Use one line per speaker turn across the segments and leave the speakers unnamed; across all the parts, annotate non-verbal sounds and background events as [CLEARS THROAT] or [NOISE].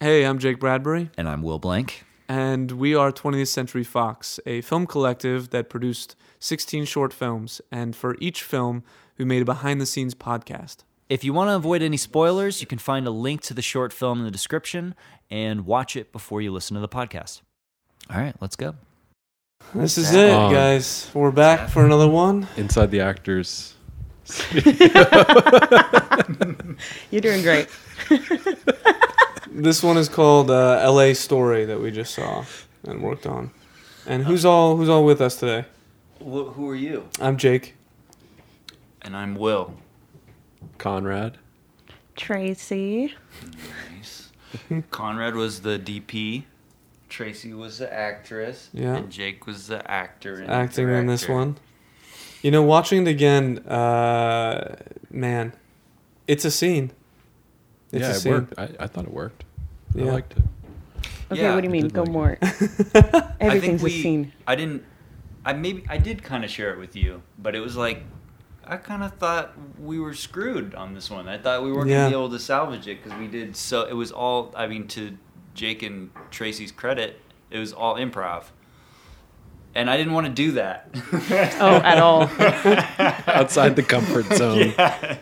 Hey, I'm Jake Bradbury,
And I'm Will Blank.
and we are 20th Century Fox, a film collective that produced 16 short films. And for each film, we made a behind the scenes podcast.
If you want to avoid any spoilers, you can find a link to the short film in the description and watch it before you listen to the podcast. All right, let's go.
This is it,
Oh.
guys. We're back for another one.
Inside the actors.
You're doing great.
This one is called uh, "L.A. Story" that we just saw and worked on. And who's all who's all with us today?
who are you?
I'm Jake.
And I'm Will.
Conrad.
Tracy.
Nice. [LAUGHS] Conrad was the DP. Tracy was the actress.
Yeah.
And Jake was the actor. And
acting in this
director.
one. You know, watching it again, uh, man, it's a scene. It's
yeah,
a
it
scene.
worked. I, I thought it worked.
Yeah.
I liked it.
Okay,
Yeah,
what do you
I
mean?
did
Go
like
[LAUGHS]
it.
more.
I think
Everything's
we-
a scene.
I didn't. I maybe I did kind of share it with you, but it was like I kind of thought we were screwed on this one. I thought we weren't
Yeah.
gonna be able to salvage it because we did so. It was all. I mean, to Jake and Tracy's credit, it was all improv. And I didn't want to do that.
Oh,
[LAUGHS]
at all.
Outside the comfort zone.
Yeah.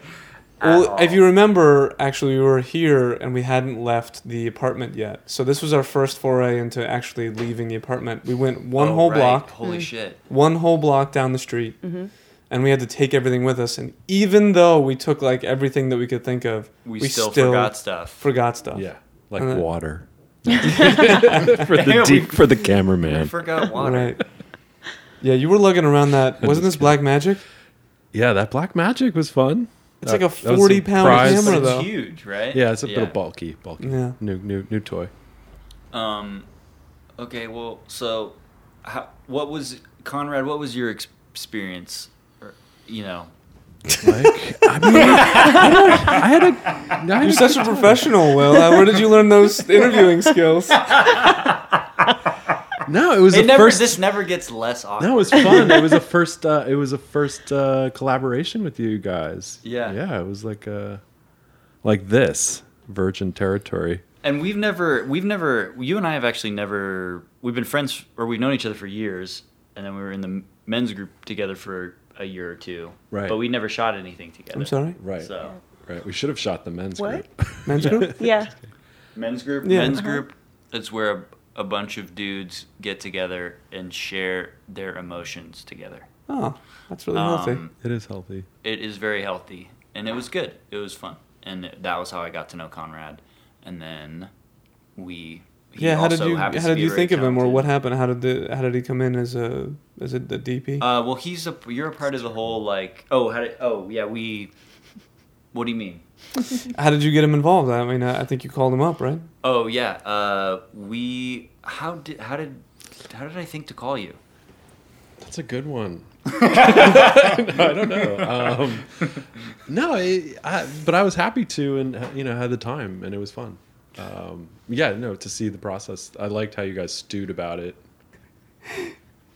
Well, if you remember, actually, we were here and we hadn't left the apartment yet. So this was our first foray into actually leaving the apartment. We went [LAUGHS] one
Oh,
whole
right.
block,
Holy
Hmm.
shit.
one whole block down the street, and we had to take everything with us. And even though we took like everything that we could think of,
We, still, forgot stuff.
forgot stuff.
Yeah. Like
And then- [LAUGHS]
water. for the
Yeah, we-
deep, for the
I
cameraman.
forgot water.
Right. [LAUGHS] Yeah, you were looking around that.
[LAUGHS]
Wasn't this black magic?
Yeah, that black magic was fun. Uh,
It's
That-
like a
that was
40
a
pound
prize.
camera,
But it's
though.
huge, right?
Yeah, it's a little bulky, bulky.
Yeah.
New new new toy.
Um, okay, well, so how, what was Conrad? What was your ex- experience? Or, you know,
Like [LAUGHS] I mean I had a I had
You're
a
such
[LAUGHS]
a professional, Will. Uh, Where did you learn those interviewing skills?
No, it was
it
the
never.
first
this never gets less awkward. [LAUGHS]
No, it was fun. it was a first. Uh, it was a first uh, collaboration with you guys.
Yeah.
yeah. It was like uh like this Virgin Territory.
and we've never, we've never, you and I have actually never. We've been friends, or we've known each other for years, and then we were in the men's group together for a year or two.
Right.
But we never shot anything together.
I'm sorry.
Right,
So
right. We should have shot the men's
What?
group.
Men's
[LAUGHS]
group?
Yeah.
men's group,
Yeah.
men's
Uh-huh.
group. It's where a, a bunch of dudes get together and share their emotions together.
Oh, that's really healthy.
Um,
It is healthy.
it is very healthy and it was good it was fun and that was how i got to know conrad and then we he
Yeah, how did
also
you how
happens to
did
be
you
very
think of him, or
talented.
what happened? How did the, how did he come in as a as a, the DP?
uh well he's a you're a part of the whole like oh how did oh yeah we what do you mean
how did you get him involved? I mean, I, I think you called him up, right?
oh yeah uh we how did how did how did i think to call you
That's a good
[LAUGHS]
one. [LAUGHS] no, I don't know. Um, no, it, I, but I was happy to, and you know, had the time, and it was fun. Um, yeah, no, to see the process. I liked how you guys stewed about it.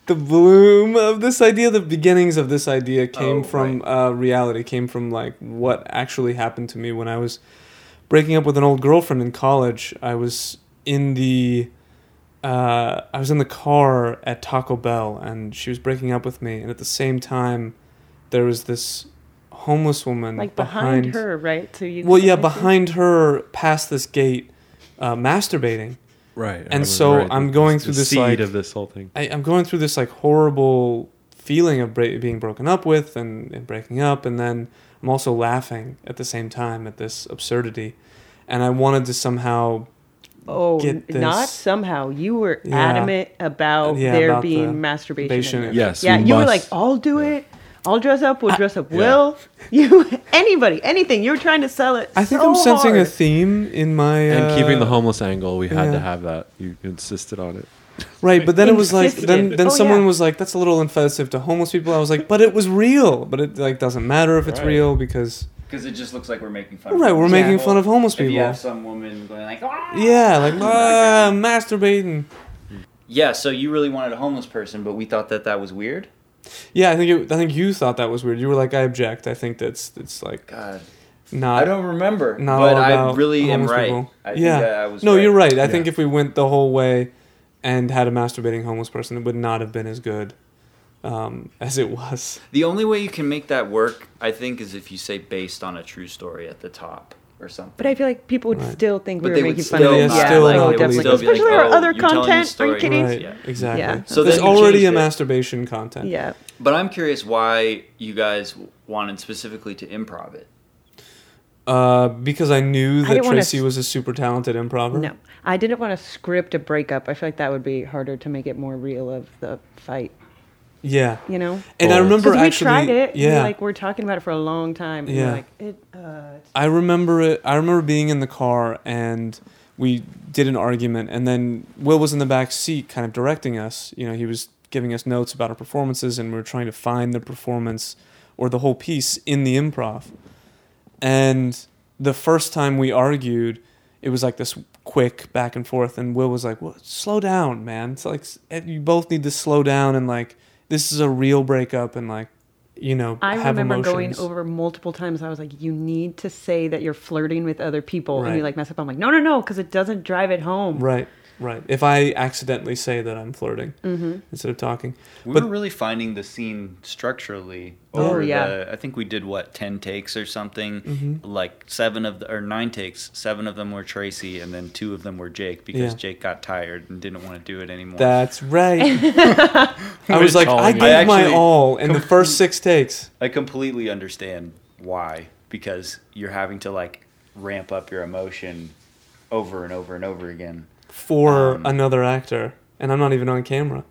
The bloom of this idea, the beginnings of this idea came
Oh,
from uh, reality, came from like what actually happened to me when I was breaking up with an old girlfriend in college. I was in the uh, I was in the car at Taco Bell and she was breaking up with me, and at the same time, there was this homeless woman
Like behind, her, right? So you.
Well, yeah, behind her, past this gate, uh, masturbating.
Right.
And so I'm going through this,
seed
like-
of this whole thing.
I, I'm going through this like horrible feeling of bra- being broken up with and, and breaking up, and then I'm also laughing at the same time at this absurdity, and I wanted to somehow
Oh,
Get
n-
this.
not somehow. You were
Yeah.
adamant about
Yeah,
there
about the
being masturbation.
masturbation.
in it.
Yes.
Yeah,
we
you were
must-
like, I'll do it. I'll dress up. We'll dress up.
Yeah.
Will [LAUGHS] you? Anybody? Anything? You were trying to sell it.
I think
so
I'm sensing
hard.
a theme in my
and keeping the
uh,
homeless angle we had
yeah.
to have that you insisted on it
right, but then it was like then
Insisted.
then
Oh,
someone
yeah.
was like that's a little offensive to homeless people. I was like, but it was real, but it like doesn't matter if it's
Right.
real because
because it just looks like we're making fun
right, we're
Yeah.
making fun of homeless
if you
people.
have some woman going like
Yeah, like ah, masturbating.
yeah so you really wanted a homeless person but we thought that that was weird
Yeah, I think it, I think you thought that was weird. You were like, I object. I think that's it's like
god
not
I don't remember,
not
but
all
I
about
really am
homeless
right.
people.
I think
yeah,
that I was
no,
right.
you're right. I
Yeah.
think if we went the whole way and had a masturbating homeless person, it would not have been as good um, as it was.
The only way you can make that work, I think, is if you say based on a true story at the top or something.
But I feel like people would
Right.
still think
But
we
they
were
would
making fun
still
of them.
not-
yeah,
still
like,
not
definitely.
believe it.
Especially our
Oh,
other
you're telling the
content. Are you
story.
kidding?
Right,
Yeah.
exactly.
Yeah.
So
So
there's
then you
already a
changed it.
masturbation content.
Yeah.
But I'm curious why you guys wanted specifically to improv it.
Uh, because I knew that
didn't wanna
Tracy
s-
was a super talented improver.
No, I didn't want to script a breakup. I feel like that would be harder to make it more real of the fight.
Yeah.
You know.
And I
Bold.
remember
Because we
actually,
tried it. we,
yeah,
like we're talking about it for a long time. And
Yeah.
yeah. Like it. Uh,
I remember it. I remember being in the car and we did an argument, and then Will was in the back seat, kind of directing us. You know, he was giving us notes about our performances, and we were trying to find the performance or the whole piece in the improv. And the first time we argued, it was like this quick back and forth, and Will was like, "Well, slow down, man. It's like s- you both need to slow down, and like this is a real breakup, and like." You know,
I
have
remember
emotions.
going over multiple times. I was like, "You need to say that you're flirting with other people," and
Right.
you like mess up. I'm like, "No, no, no," because it doesn't drive it home.
Right, right. If I accidentally say that I'm flirting
Mm-hmm.
instead of talking,
We
but
were really finding the scene structurally
Oh,
over
yeah.
the. I think we did what ten takes or something.
Mm-hmm.
Like seven of the or nine takes. Seven of them were Tracy, and then two of them were Jake because
Yeah.
Jake got tired and didn't want to do it anymore.
that's
[LAUGHS]
right. I was like, I
calling
gave
it. I
my
actually-
all in the first six takes.
I completely understand why because you're having to like ramp up your emotion over and over and over again.
for
Um,
another actor, and I'm not even on camera,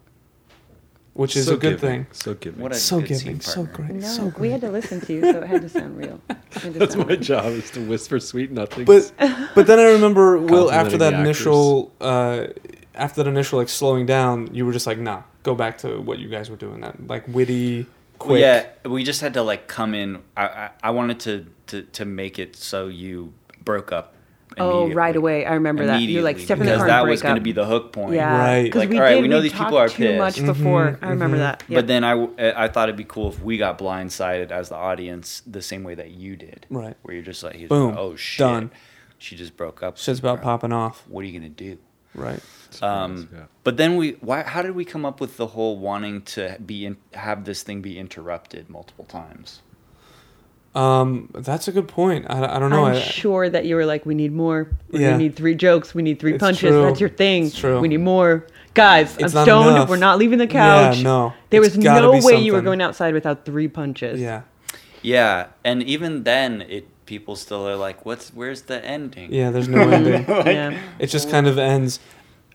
which is
So
a good
giving,
thing.
So giving.
What a
So
good
giving,
scene
so
partner.
great,
No,
so
[LAUGHS] we had to listen to you, so it had to sound real. It had to
[LAUGHS] That's
sound
my
real.
job is to whisper sweet nothings.
But but then I remember Will after
Complimenting
that
the
initial uh, after that initial like slowing down, you were just like, nah, go back to what you guys were doing that like witty, quick.
Yeah, we just had to like come in. I I, I wanted to, to to make it so you broke up.
Oh, right
immediately.
away. I remember that. You're like
Immediately,
step in the
because
car
that
and break
was going to
up.
be the hook point.
Yeah,
Right. Mm.
Because
Like,
we
all right,
did,
we know
we
these people
talked
are
too much
pissed.
before. I remember that. Yeah.
But then I, w- I thought it'd be cool if we got blindsided as the audience the same way that you did.
Right.
Where you're just like, he's
Boom.
like, oh shit,
Done.
She just broke up.
shit's about popping off,
What are you gonna do?
right?
Um,
yeah.
But then we, why? How did we come up with the whole wanting to be in, have this thing be interrupted multiple times?
Um, that's a good point. I, I don't know.
I'm
I-
sure that you were like, we need more. We're
Yeah.
gonna need three jokes. We need three
It's
punches.
true.
That's your thing.
It's true.
We need more. Guys,
It's
I'm
not
stoned.
enough.
We're not leaving the
Yeah,
couch.
no.
There
It's
was
gotta
no way
be
you were
something.
going outside without three
[LAUGHS]
punches.
yeah,
Yeah, and even then, it people still are like, what's where's the ending?
yeah. There's
[LAUGHS]
no
[LAUGHS]
ending.
Mm. yeah.
It just kind of ends.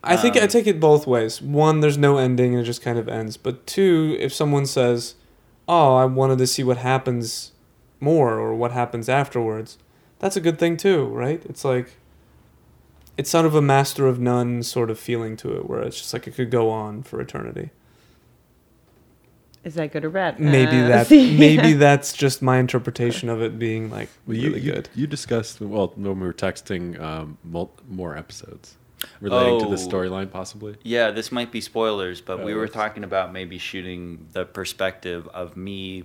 I think I take it both ways. One, there's no ending and it just kind of ends. But two, if someone says, "Oh, I wanted to see what happens more or what happens afterwards," that's a good thing too, right? It's like it's sort of a master of none sort of feeling to it, where it's just like it could go on for eternity.
Is that good or bad?
Maybe
[LAUGHS]
Uh,
that
[LAUGHS] see,
maybe
yeah.
that's just my interpretation of it being like
Well, you,
really
you,
good.
you discussed well when we were texting um, mul- more episodes relating to the
Oh.
storyline, possibly.
Yeah, this might be spoilers, but we
Oh,
were
that's-
talking about maybe shooting the perspective of me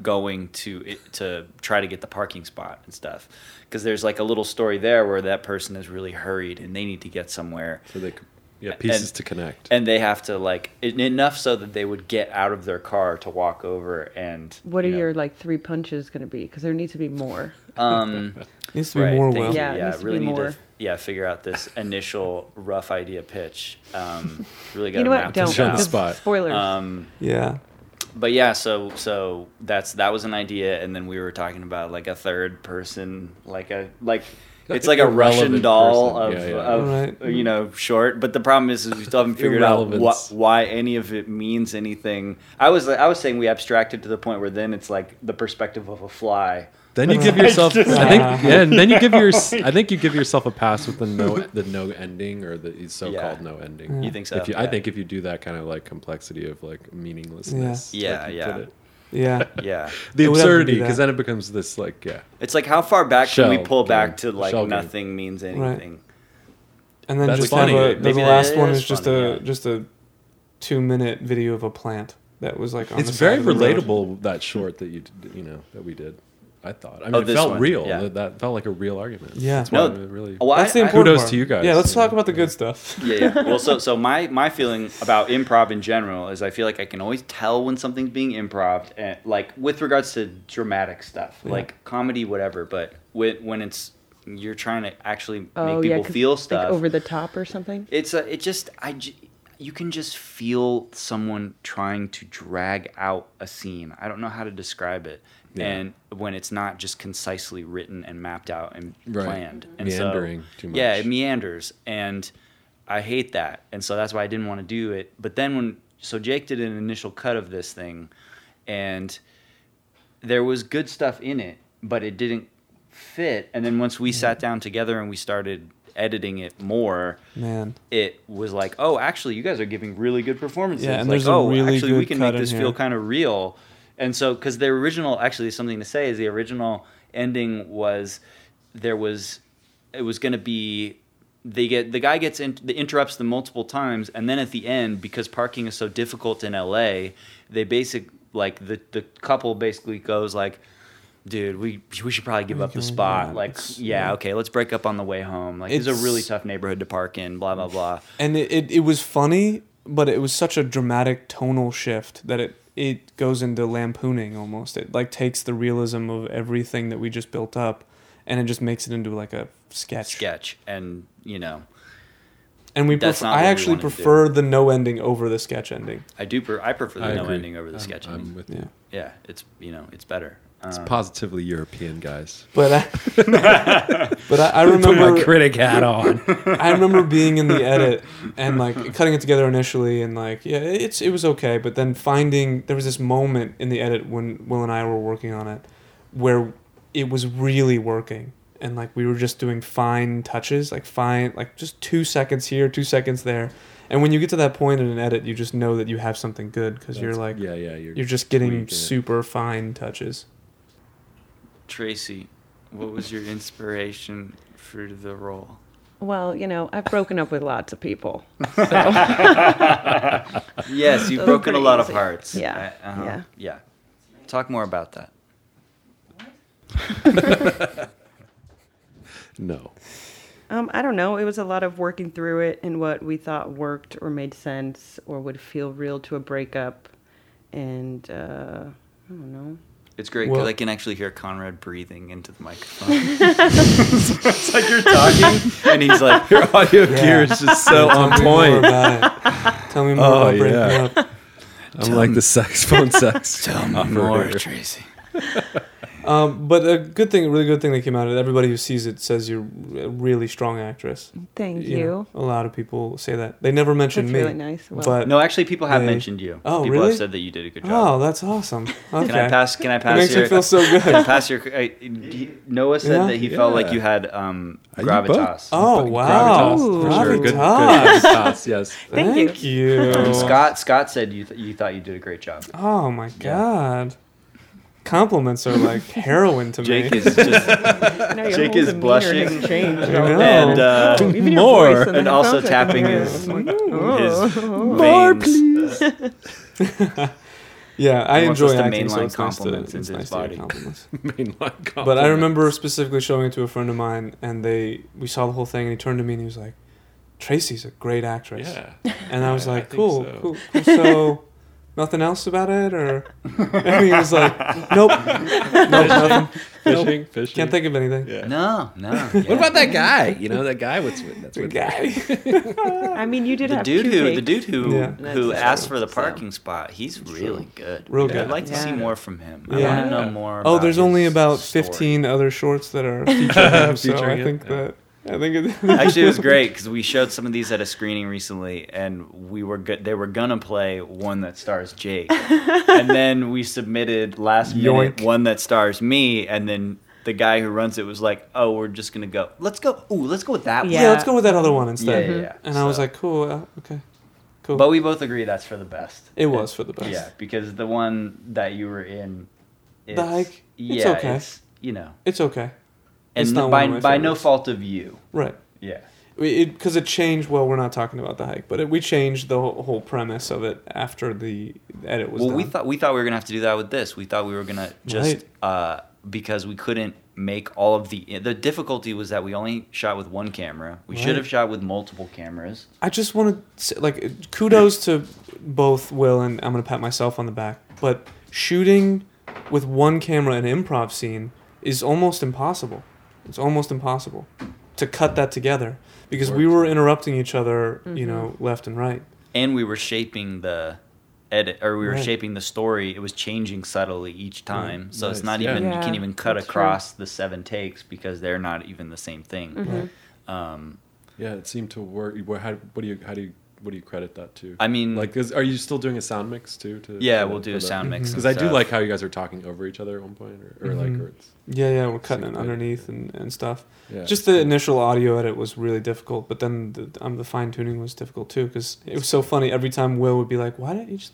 going to it, to try to get the parking spot and stuff because there's like a little story there where that person is really hurried and they need to get somewhere
So they, c- yeah, pieces
And-
to connect.
and they have to like en- enough so that they would get out of their car to walk over and
What are
you know,
your like three punches going to be? Because there needs to be more.
um
[LAUGHS]
needs to be
Right,
more
thank
well.
you.
Yeah, it needs to be
really need
more.
to yeah figure out this initial rough idea pitch
[LAUGHS]
um really got
You know
map
what? Don't.
this
on the
out.
Because
spot.
Spoilers.
um
Yeah.
but yeah, so so that's that was an idea, and then we were talking about like a third person, like a like it's like a Russian
Irrelevant
doll of,
person. Yeah, yeah.
of
Right.
you know short. But the problem is, is we still haven't figured out what
Irrelevance.
why any of it means anything. I was I was saying we abstracted to the point where then it's like the perspective of a
[LAUGHS]
fly.
Then
[LAUGHS]
you give yourself, I think, yeah, and then you give your, I think you give yourself a pass with the no, the no ending or the so-called no ending.
You think so?
If you, I
Yeah.
think if you do that kind of like complexity of like meaninglessness,
Yeah.
like you
Yeah,
put
yeah.
it-
Yeah.
Yeah,
the
It would have to be
absurdity, because
that.
then it becomes this like, yeah,
it's like how far back can
Shell
we pull back
game.
to like
Shell game.
nothing means anything?
And then
That's
just
funny.
have a the
Maybe that
last one
is
is just
funny,
a
yeah.
just a two minute video of a plant that was like on
it's
the side
very
of the road.
relatable that short that you, d- you know, that we did. I I thought. I mean,
Oh,
it
this
felt
one,
real.
yeah.
That, that felt like a real argument.
Yeah.
That's
No,
why I really.
Well,
That's the
I- I-
important
Kudos
part.
to you guys.
Yeah, let's
Yeah.
talk about the good stuff. [LAUGHS]
yeah,
[LAUGHS]
yeah. Well, so so my my feeling about improv in general is I feel like I can always tell when something's being improv, and like with regards to dramatic stuff, like comedy, whatever. But when when it's you're trying to actually make people
Oh, 'cause,
feel
like,
stuff,
over the top or something.
it's a, it just I j- you can just feel someone trying to drag out a scene. I don't know how to describe it. And when it's not just concisely written and mapped out and
Right.
planned, and
Meandering
so,
too
Yeah,
much.
it meanders, and I hate that. And so that's why I didn't want to do it. But then when so Jake did an initial cut of this thing, and there was good stuff in it, but it didn't fit. And then once we
Mm-hmm.
sat down together and we started editing it more,
Man.
it was like, oh, actually, you guys are giving really good performances.
Yeah, and
like,
there's a
oh,
really
actually, we
good
can
cut
make this
in
feel
here."
kind of real. And so, because the original, actually, something to say is the original ending was there was, it was going to be. They get the guy gets in, the interrupts them multiple times, and then at the end, because parking is so difficult in LA, they basic like the the couple basically goes like, "Dude, we we should probably give up the
can-
spot."
yeah,
Like,
it's-
yeah,
yeah.
okay, let's break up on the way home. Like, it's, a
It's-
really tough neighborhood to park in. Blah blah blah.
and it, it, it was funny but it was such a dramatic tonal shift that it it goes into lampooning almost it like takes the realism of everything that we just built up and it just makes it into like a sketch,
sketch and you know
and we
That's
pref-
not what
i
we
actually
wanted to do.
prefer the no ending over the sketch ending
i do per- i prefer the
I
no
agree.
ending over the
I'm-
sketch
I'm
ending
with
yeah
you.
yeah it's you know it's better
It's
Um,
positively European, guys.
but i but i, I
[LAUGHS]
remember
critic
[LAUGHS]
hat on.
I remember being in the edit and like cutting it together initially and like yeah it's it was okay but then finding there was this moment in the edit when Will and I were working on it where it was really working and like we were just doing fine touches like fine like just 2 seconds here 2 seconds there and when you get to that point in an edit you just know that you have something good cuz you're like
yeah, yeah. You're,
you're just
tweaking
getting
it.
super fine
[LAUGHS]
touches
tracy what was your inspiration for the role
Well, you know, I've broken up with lots of people.
[LAUGHS] yes you've
Those are
broken a
pretty
lot of
easy.
hearts
Yeah,
I- uh-huh,
yeah.
yeah talk more about that
[LAUGHS] no.
Um, I don't know. It was a lot of working through it and what we thought worked or made sense or would feel real to a breakup, and uh, I don't know.
it's great because
Well-
I can actually hear Conrad breathing into the microphone. it's like you're talking, and he's
[LAUGHS]
like,
Your audio gear is just so on
tell me more
point.
about it
[LAUGHS]
tell me more
Oh,
about breaking
yeah.
up
I'm like the saxophone sax.
"More,
operator.
Tracy."
Um, but a good thing, a really good thing that came out of it, everybody who sees it says you're a really strong actress.
Thank you.
know, [LAUGHS] a lot of people say that. They never mentioned
That's
me.
really nice. Well-
but
No, actually, people have
They-
mentioned you.
Oh,
people have
really?
said that you did a good job.
oh, that's awesome. Okay.
[LAUGHS] Can I pass? Can I pass?
makes
your,
me feel so good.
Can I pass your? I, he- Noah said
Yeah.
that he felt like
Yeah.
you had um,
Uh, you both.
gravitas.
Oh
But
wow,
Gravitas, for
Ooh.
sure. Good, good
Oh, Gravitas.
gravitas, yes.
[LAUGHS] Thank
Thank you.
And Scott Scott said you th- you thought you did a great job.
Oh my god, compliments are
[LAUGHS]
like heroin to
Jake
me.
is just
Now your
Jake
whole
is
demeanor
blushing.
has changed.
I know.
and uh,
Even your
More.
voice
and
the
also
headphones I can
tapping
hear. [LAUGHS]
his
I'm like,
Oh.
his
More,
veins.
[LAUGHS] yeah, I
He wants us
enjoy
to
acting, so it's
mainline
nice to,
compliments
it's
into
nice
his
to get
body.
compliments.
[LAUGHS] Mainline
But I
compliment.
remember specifically showing it to a friend of mine, and they we saw the whole thing, and he turned to me and he was like, "Tracy's a great actress."
Yeah.
And I was
Yeah, [LAUGHS] I
like,
think
cool,
so.
cool, cool.
[LAUGHS]
So, nothing else about it? Or. And he was like, nope.
[LAUGHS]
Nope, nothing.
Fishing, fishing.
Can't think of anything.
Yeah.
No, no. yeah.
What about that guy? You know, that guy was that's
[LAUGHS]
what
Yeah. [LAUGHS]
I mean, you did
the
have
dude
cute
who the
cake.
dude who
Yeah.
who
That's
asked
true.
for the
So-
parking spot? He's really good.
Real
I'd
good.
like to see
Yeah.
more from him. I
Yeah.
want to know more.
Oh,
about
[LAUGHS]
there's only
his
about
story.
15 other shorts that are featuring him, so
Featuring
I
it,
think
yeah.
that. I think it, [LAUGHS]
Actually, it was great because we showed some of these at a screening recently, and we were good. They were gonna play one that stars
[LAUGHS]
Jake, and then we submitted last minute
Yoink.
one that stars me, and then the guy who runs it was like, "Oh, we're just gonna go. Let's go. Ooh, let's go with that
yeah.
one."
Yeah.
let's go with that other one
Yeah,
instead.
yeah, yeah.
And I was
So-
like, cool, uh, okay, cool.
but we both agree that's for the best.
it was for the best.
Yeah, because the one that you were in, it's,
hike?
Yeah,
It's okay.
you know,
It's okay.
and
It's not
by
one of my
by no
favorites.
fault of you.
Right.
Yeah.
because it, changed. Well, we're not talking about the hike, but it, we changed the whole, whole premise of it after the edit was
Well,
done.
we thought we thought we were gonna have to do that with this. We thought we were gonna just
Right.
uh, because we couldn't make all of the the difficulty was that we only shot with one camera. We
Right.
should have shot with multiple cameras.
I just want to say, like kudos to both Will and I'm gonna pat myself on the back, but shooting with one camera an improv scene is almost impossible. It's almost impossible to cut that together because we
Worked.
were interrupting each other, you know, left and right.
and we were shaping the edit or we were
Right.
shaping the story it was changing subtly each time so it's
Nice.
not
Yeah.
even you
Yeah,
can't even cut
that's true.
across the seven takes because they're not even the same thing
Mm-hmm.
Right.
um,
Yeah, it seemed to work. Where, how, what do you how do you what do you credit that to?
i mean
like, is, are you still doing a sound mix too? To
yeah we'll do a sound mix and
because Mm-hmm. I do
stuff.
like how you guys are talking over each other at one point, or, or like,
Mhm.
or it's,
Yeah, yeah, we're cutting it
Sync it.
underneath and, and stuff.
yeah,
Just the initial audio edit was really difficult, but then the, um, the fine tuning was difficult too because it was so funny. Every time Will would be like, "Why don't you just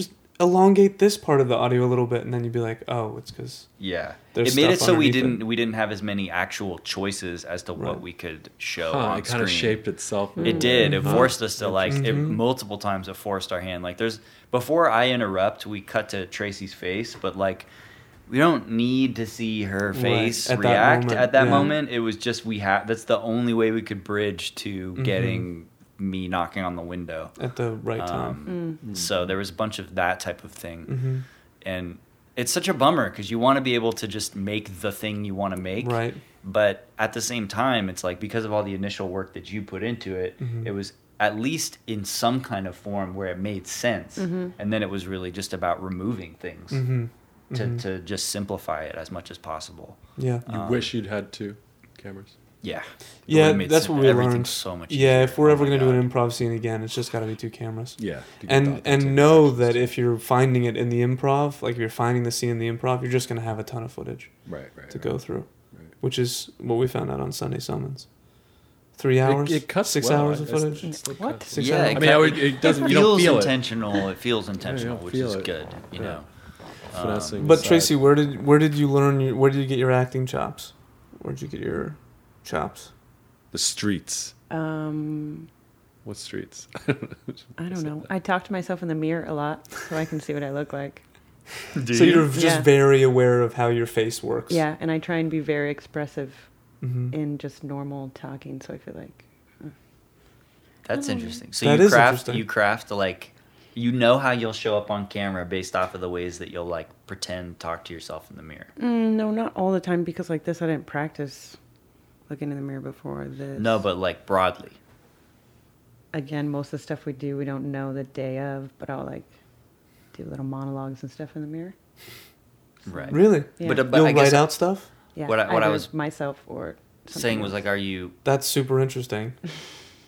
just elongate this part of the audio a little bit?" and then you'd be like, "Oh, it's because."
yeah
There's
it made it
stuff
so we
underneath it.
didn't we didn't have as many actual choices as to
Right.
what we could show
Huh,
on
it kind of
screen.
shaped itself.
It did. It
Mm-hmm.
Huh.
forced us to like it,
Interesting. Mhm.
multiple times. It forced our hand. Like there's before I interrupt, we cut to Tracy's face, but like we don't need to see her
Right,
face
at that
react
moment,
at that
yeah.
moment. It was just we had. That's the only way we could bridge to
Mm-hmm.
getting me knocking on the window.
at the right time.
Um, So there was a bunch of that type of thing,
hmm
and it's such a bummer because you want to be able to just make the thing you want to make,
Right.
but at the same time it's like because of all the initial work that you put into it
Mhm.
it was at least in some kind of form where it made sense and then it was really just about removing things
Mm-hmm.
to, to just simplify it as much as possible
Yeah.
You
Um,
wish you'd had two cameras.
yeah It
Yeah,
would've made
that's
sim-
what we
everything
learned.
so much
Yeah,
easier.
if we're
Oh
ever
my
going to do
God.
an improv scene again, it's just got to be two cameras.
Yeah,
And and know that if you're finding it in the improv, like if you're finding the scene in the improv, you're just going to have a ton of footage
right, right,
to go through,
Right.
which is what we found out on Sunday Summons. Three hours,
It, it cuts
six
well.
hours of
It's-
footage.
it's like
What?
cuts.
Six
yeah,
hours.
it
I mean, I
cut-
would, it doesn't. You don't
feels
feel it.
intentional
[LAUGHS]
it feels intentional which
feel
is
it.
good you
Yeah.
know Um,
Finessing
But
aside.
Tracy, where did where did you learn? Your, where did you get your acting chops? Where did you get your chops?
the streets.
Um,
What streets?
[LAUGHS] I don't know. I talk to myself in the mirror a lot so I can see what I look like.
Um,
so you're just
Yeah.
very aware of how your face works.
Yeah, and I try and be very expressive
Mm-hmm.
in just normal talking, so I feel like
That's
Mm-hmm.
interesting. So
That
you
is
craft
interesting.
you craft like you know how you'll show up on camera based off of the ways that you'll like pretend talk to yourself in the mirror.
Mm, no, not all the time because like this, I didn't practice looking in the mirror before this.
No, but like broadly.
again, most of the stuff we do, we don't know the day of, but I'll like do little monologues and stuff in the mirror.
Right.
Really?
Yeah.
But, uh, but
You'll
I guess
write out stuff.
Yeah,
What I- what I
either
was
myself or something
saying was
else.
like are you
That's super interesting.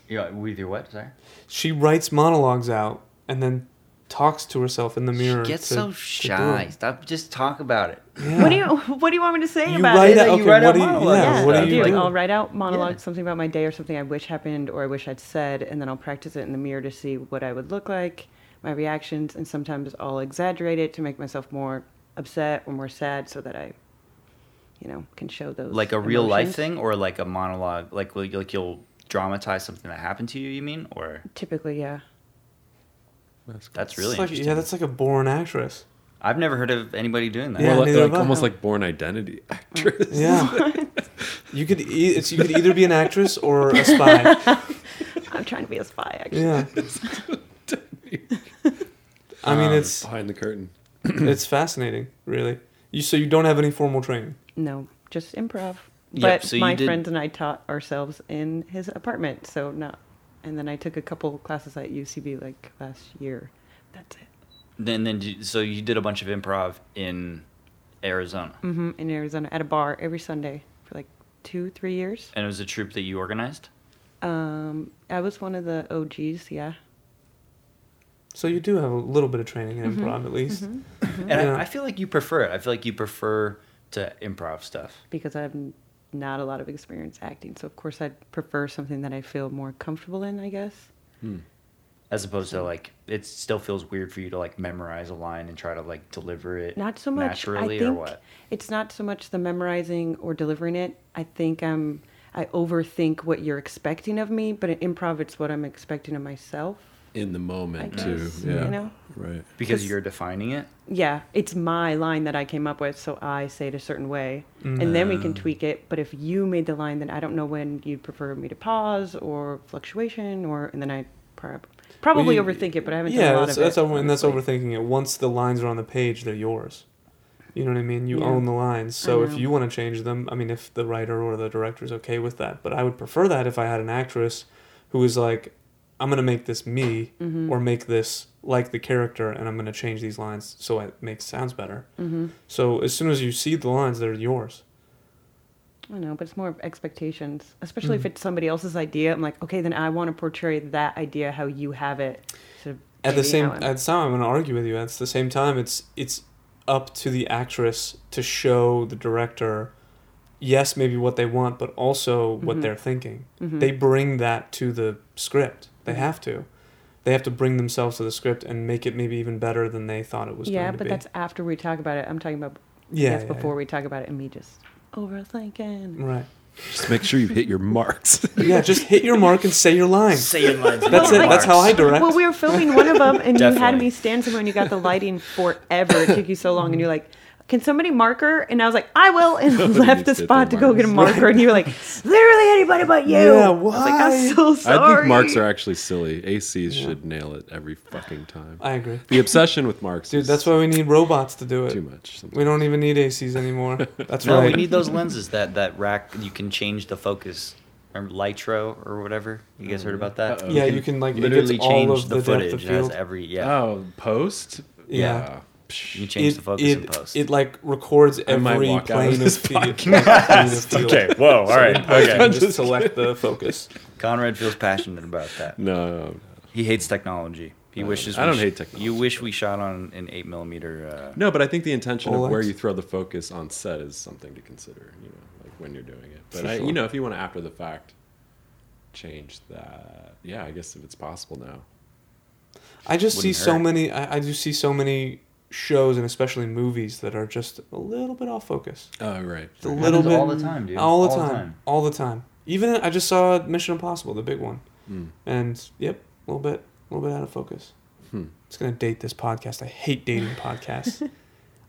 you know, with your what, sorry?
She writes monologues out and then talks to herself in the
She
mirror.
gets
to-
so
to do
shy.
it.
Stop just talk about it.
[CLEARS THROAT] Yeah.
What do you [LAUGHS] What do you want me to say
You
about
write
it?
out-
Like, you
okay,
write
what
out
do you-
monologues
yeah,
and
what do
stuff.
you
like,
do?
I'll write out monologues,
Yeah.
something about my day or something I wish happened or I wish I'd said, and then I'll practice it in the mirror to see what I would look like, my reactions, and sometimes I'll exaggerate it to make myself more upset or more sad so that I, you know, can show those.
Like a real life
emotions.
thing or like a monologue like will- like you'll dramatize something that happened to you, you mean? Or
Typically, yeah. [LAUGHS]
that's
It's
really
like-
interesting.
yeah, that's like a born actress.
I've never heard of anybody doing that.
Yeah,
Or like,
neither
like
have I.
almost like born identity
Mm.
actress.
[LAUGHS]
[LAUGHS]
Yeah. you could e- it's you could either be an actress or a spy.
I'm trying to be a spy, actually.
Yeah. I mean,
Um,
it's
Behind the curtain.
it's fascinating, really. You so you don't have any formal training.
No, just improv.
Yep,
But
so you
my
did-
friends and I taught ourselves in his apartment, so not. And then I took a couple classes at UCB like last year. That's it.
Then then you- so you did a bunch of improv in Arizona.
hmm In Arizona, at a bar every Sunday for like two, three years.
And it was a troupe that you organized?
Um, I was one of the OGs. Yeah.
So you do have a little bit of training in improv, at least.
And
Yeah.
I, I feel like you prefer it. I feel like you prefer to improv stuff.
because I have n- not a lot of experience acting. So of course I'd prefer something that I feel more comfortable in, I guess.
As opposed to like, it still feels weird for you to like memorize a line and try to like deliver it.
Not so much. I
naturally
think
or what?
it's not so much the memorizing or delivering it. I think I'm I overthink what you're expecting of me, but in improv it's what I'm expecting of myself.
in the
I
moment too.
guess.
Yeah.
You know?
Right.
because
Cause-
you're defining it.
Yeah, it's my line that I came up with, so I say it a certain way. And then we
Mm.
can tweak it. But if you made the line, then I don't know when you'd prefer me to pause or fluctuation, or and then I prob- probably
Well, you-
overthink it, but I haven't
yeah,
done a lot
that's,
of
that's
it.
over, and that's
honestly.
overthinking it. Once the lines are on the page, they're yours. You know what I mean? You
Yeah.
own the lines. So if
know.
you want to change them, I mean, if the writer or the director's okay with that, but I would prefer that if I had an actress who was like, "I'm gonna make this me,
Mm-hmm.
or make this like the character, and I'm gonna change these lines so it makes sounds better." Mm-hmm. So as soon as you see the lines, they're yours.
I don't know, but it's more of expectations, especially
Mm.
if it's somebody else's idea. I'm like, okay, then I want to portray that idea how you have it. Sort of
at
maybe how
the same
I'm-
at the time, I'm going to argue with you. At the same time, it's it's up to the actress to show the director, yes, maybe what they want, but also
Mm-hmm.
what they're thinking.
Mm-hmm.
They bring that to the script. They
Mm-hmm.
have to. They have to bring themselves to the script and make it maybe even better than they thought it was.
yeah,
going to
but
be.
that's after we talk about it. I'm talking about
yeah,
that's
yeah,
before we talk about it and me just overthinking.
yeah. right.
Just make sure you hit
[LAUGHS]
your marks.
Yeah, just hit your mark and say your line.
[LAUGHS] Say your lines.
That's it.
Mark.
That's how I
[LAUGHS]
direct.
Well, we were filming one of them, and you had
Definitely.
me stand somewhere, and you got the lighting forever. It took you so long, and you're like, "Can somebody marker?" And I was like, "I will,"
[LAUGHS]
and left the
did the
spot to go get a
markers.
marker, and you were like, "Literally anybody but you."
Yeah,
I was like,
why?
"I'm so
I
sorry."
think marks are actually silly. ACs should nail it every fucking time.
I agree,
the obsession with marks,
dude.
is
That's why we need robots to do it.
too much. sometimes.
We don't even need ACs anymore. That's
No,
right.
we need those lenses that that rack. You can change the focus. Remember Lytro or whatever? You guys heard about that?
Uh-oh.
yeah,
We can
you can like it gets
Literally
all
change
of
the,
the, depth
footage.
of
It has
field.
every yeah.
Oh, post.
Yeah.
you can change the focus
it,
in post. [LAUGHS]
It like records
I might
every
walk out of
plane of
this
field. [LAUGHS]
[LAUGHS] Whoa. All right.
Okay. [LAUGHS] Just select the focus.
Conrad feels passionate about that.
No, no, no.
He hates technology. He
I
wishes.
don't- Uh,
we
I don't
sh-
hate technology,
You wish we shot on an eight millimeter. Uh,
No, but I think the intention
All
of where
that.
you throw the focus on set is something to consider. You know, like when you're doing it. But
For
I,
sure.
you know, if you want to after the fact change that, yeah, I guess if it's possible now.
I just see
Wouldn't
so
hurt.
many. I, I do see so many shows and especially movies that are just a little bit off focus.
Oh right.
It's a
Happens
little bit
all the time, dude.
All the
All the
time,
time.
All the time. Even I just saw Mission Impossible, the big one,
Hmm.
and yep, a little bit, a little bit out of focus.
Hmm.
It's gonna date this podcast. I hate dating
[LAUGHS]
podcasts.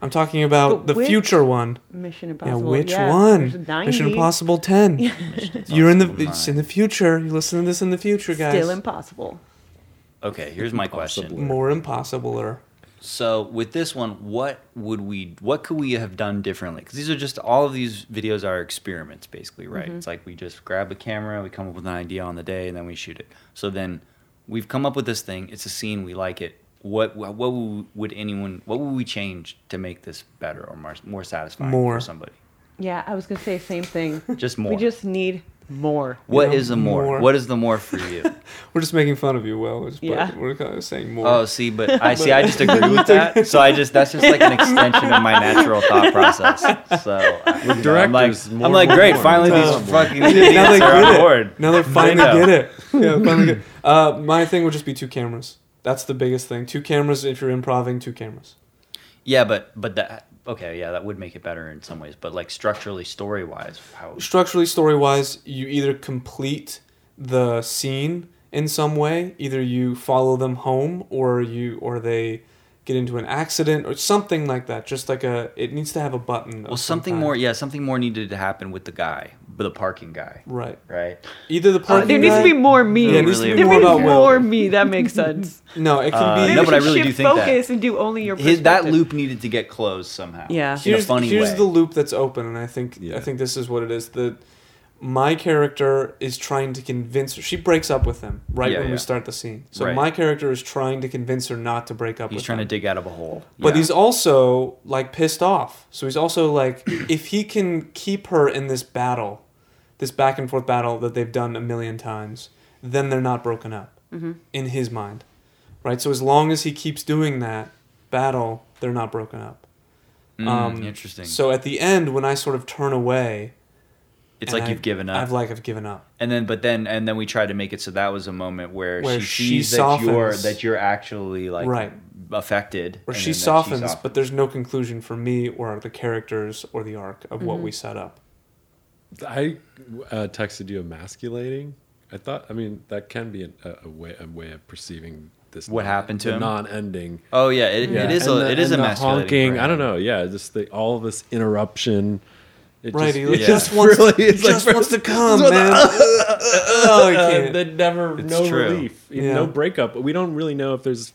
I'm talking about
But
the
which-
future one.
Mission
Yeah,
Impossible.
which
yeah,
one?
there's 90.
Mission Impossible
[LAUGHS]
10. You're in the it's in the
Nine.
future. You listen to this in the future, guys.
Still impossible.
Okay. Here's my question.
Possibly.
More impossibler.
So with this one, what would we, what could we have done differently? Because these are just all of these videos are experiments, basically, right? It's like we just grab a camera, we come up with an idea on the day, and then we shoot it. So then we've come up with this thing. It's a scene, we like it. What what what would would anyone? What would we change to make this better or more more satisfying
More.
for somebody?
Yeah, I was gonna say same thing.
[LAUGHS] Just more.
we just need more.
What is
know,
the more?
more.
What is the more for
[LAUGHS]
you?
We're just making fun of you, Will. We're, just,
Yeah.
we're kind of saying more.
oh, see, but I see. I just agree
[LAUGHS]
with that. So I just that's just like an extension of my natural thought process. So uh, you know, I'm like,
directors, more
I'm
and
like,
more
great.
and more.
Finally,
Oh,
these
boy.
fucking [LAUGHS]
Yeah, [LAUGHS] [LAUGHS] now they
idiots are
get
on
it.
board.
Now they're finally
know.
get
[LAUGHS]
it. Yeah, finally get. Uh, my thing would just be two cameras. That's the biggest thing. Two cameras. If you're improving, two cameras.
Yeah, but but that okay. Yeah, that would make it better in some ways. But like structurally, story wise, how?
Structurally, story wise, you either complete the scene in some way, either you follow them home, or you or they get into an accident or something like that. Just like a, it needs to have a button.
Well, something more. Yeah, something more needed to happen with the guy, with the parking guy,
Right.
right?
Either the
Uh,
parking.
there needs
guy-
to be more me.
Yeah,
it needs to be
there
more
needs
about Will.
more me. That makes sense.
No, it can
Uh,
be.
[LAUGHS] no, but I
should
really do
shift
think that.
focus and do only your
His, that
perspective.
loop needed to get closed somehow.
Yeah.
in a
here's,
funny
here's
way.
the loop that's open and i think
Yeah.
i think this is what it is that my character is trying to convince her she breaks up with him right
Yeah,
when
yeah.
we start the scene so
Right.
my character is trying to convince her not to break up
He's
with
trying to
him.
dig out of a hole.
but
Yeah.
he's also like pissed off so he's also like
[CLEARS THROAT]
if he can keep her in this battle this back and forth battle that they've done a million times then they're not broken up
Mm-hmm.
in his mind right so as long as he keeps doing that battle they're not broken up
Mm,
um,
interesting.
so at the end, when I sort of turn away,
It's
and
like
I-
you've given up.
I've like I've given up.
and then but then and then we tried to make it so that was a moment where,
Where
she
she
sees that you're
softens.
that you're actually like
Right.
affected
Or
and
she
then that
softens, but there's no conclusion for me or the characters or
Mm-hmm.
the arc of what we set up.
I uh, texted you emasculating. I I thought. I mean, that can be a, a way a way of perceiving this.
What happened to
the
him?
Non-ending.
Oh yeah, it,
Yeah,
it is
and
a
the-
it is a
and the
masculating
honking. I don't know. Yeah, just the, all this interruption. It
Right,
just-
he
it
just,
[LAUGHS]
[LAUGHS]
just
wants,
really
he
is like-
just wants to
[LAUGHS]
come, man. oh, he
uh,
can't.
that never
It's
no
true.
relief,
Yeah.
no breakup. We don't really know if there's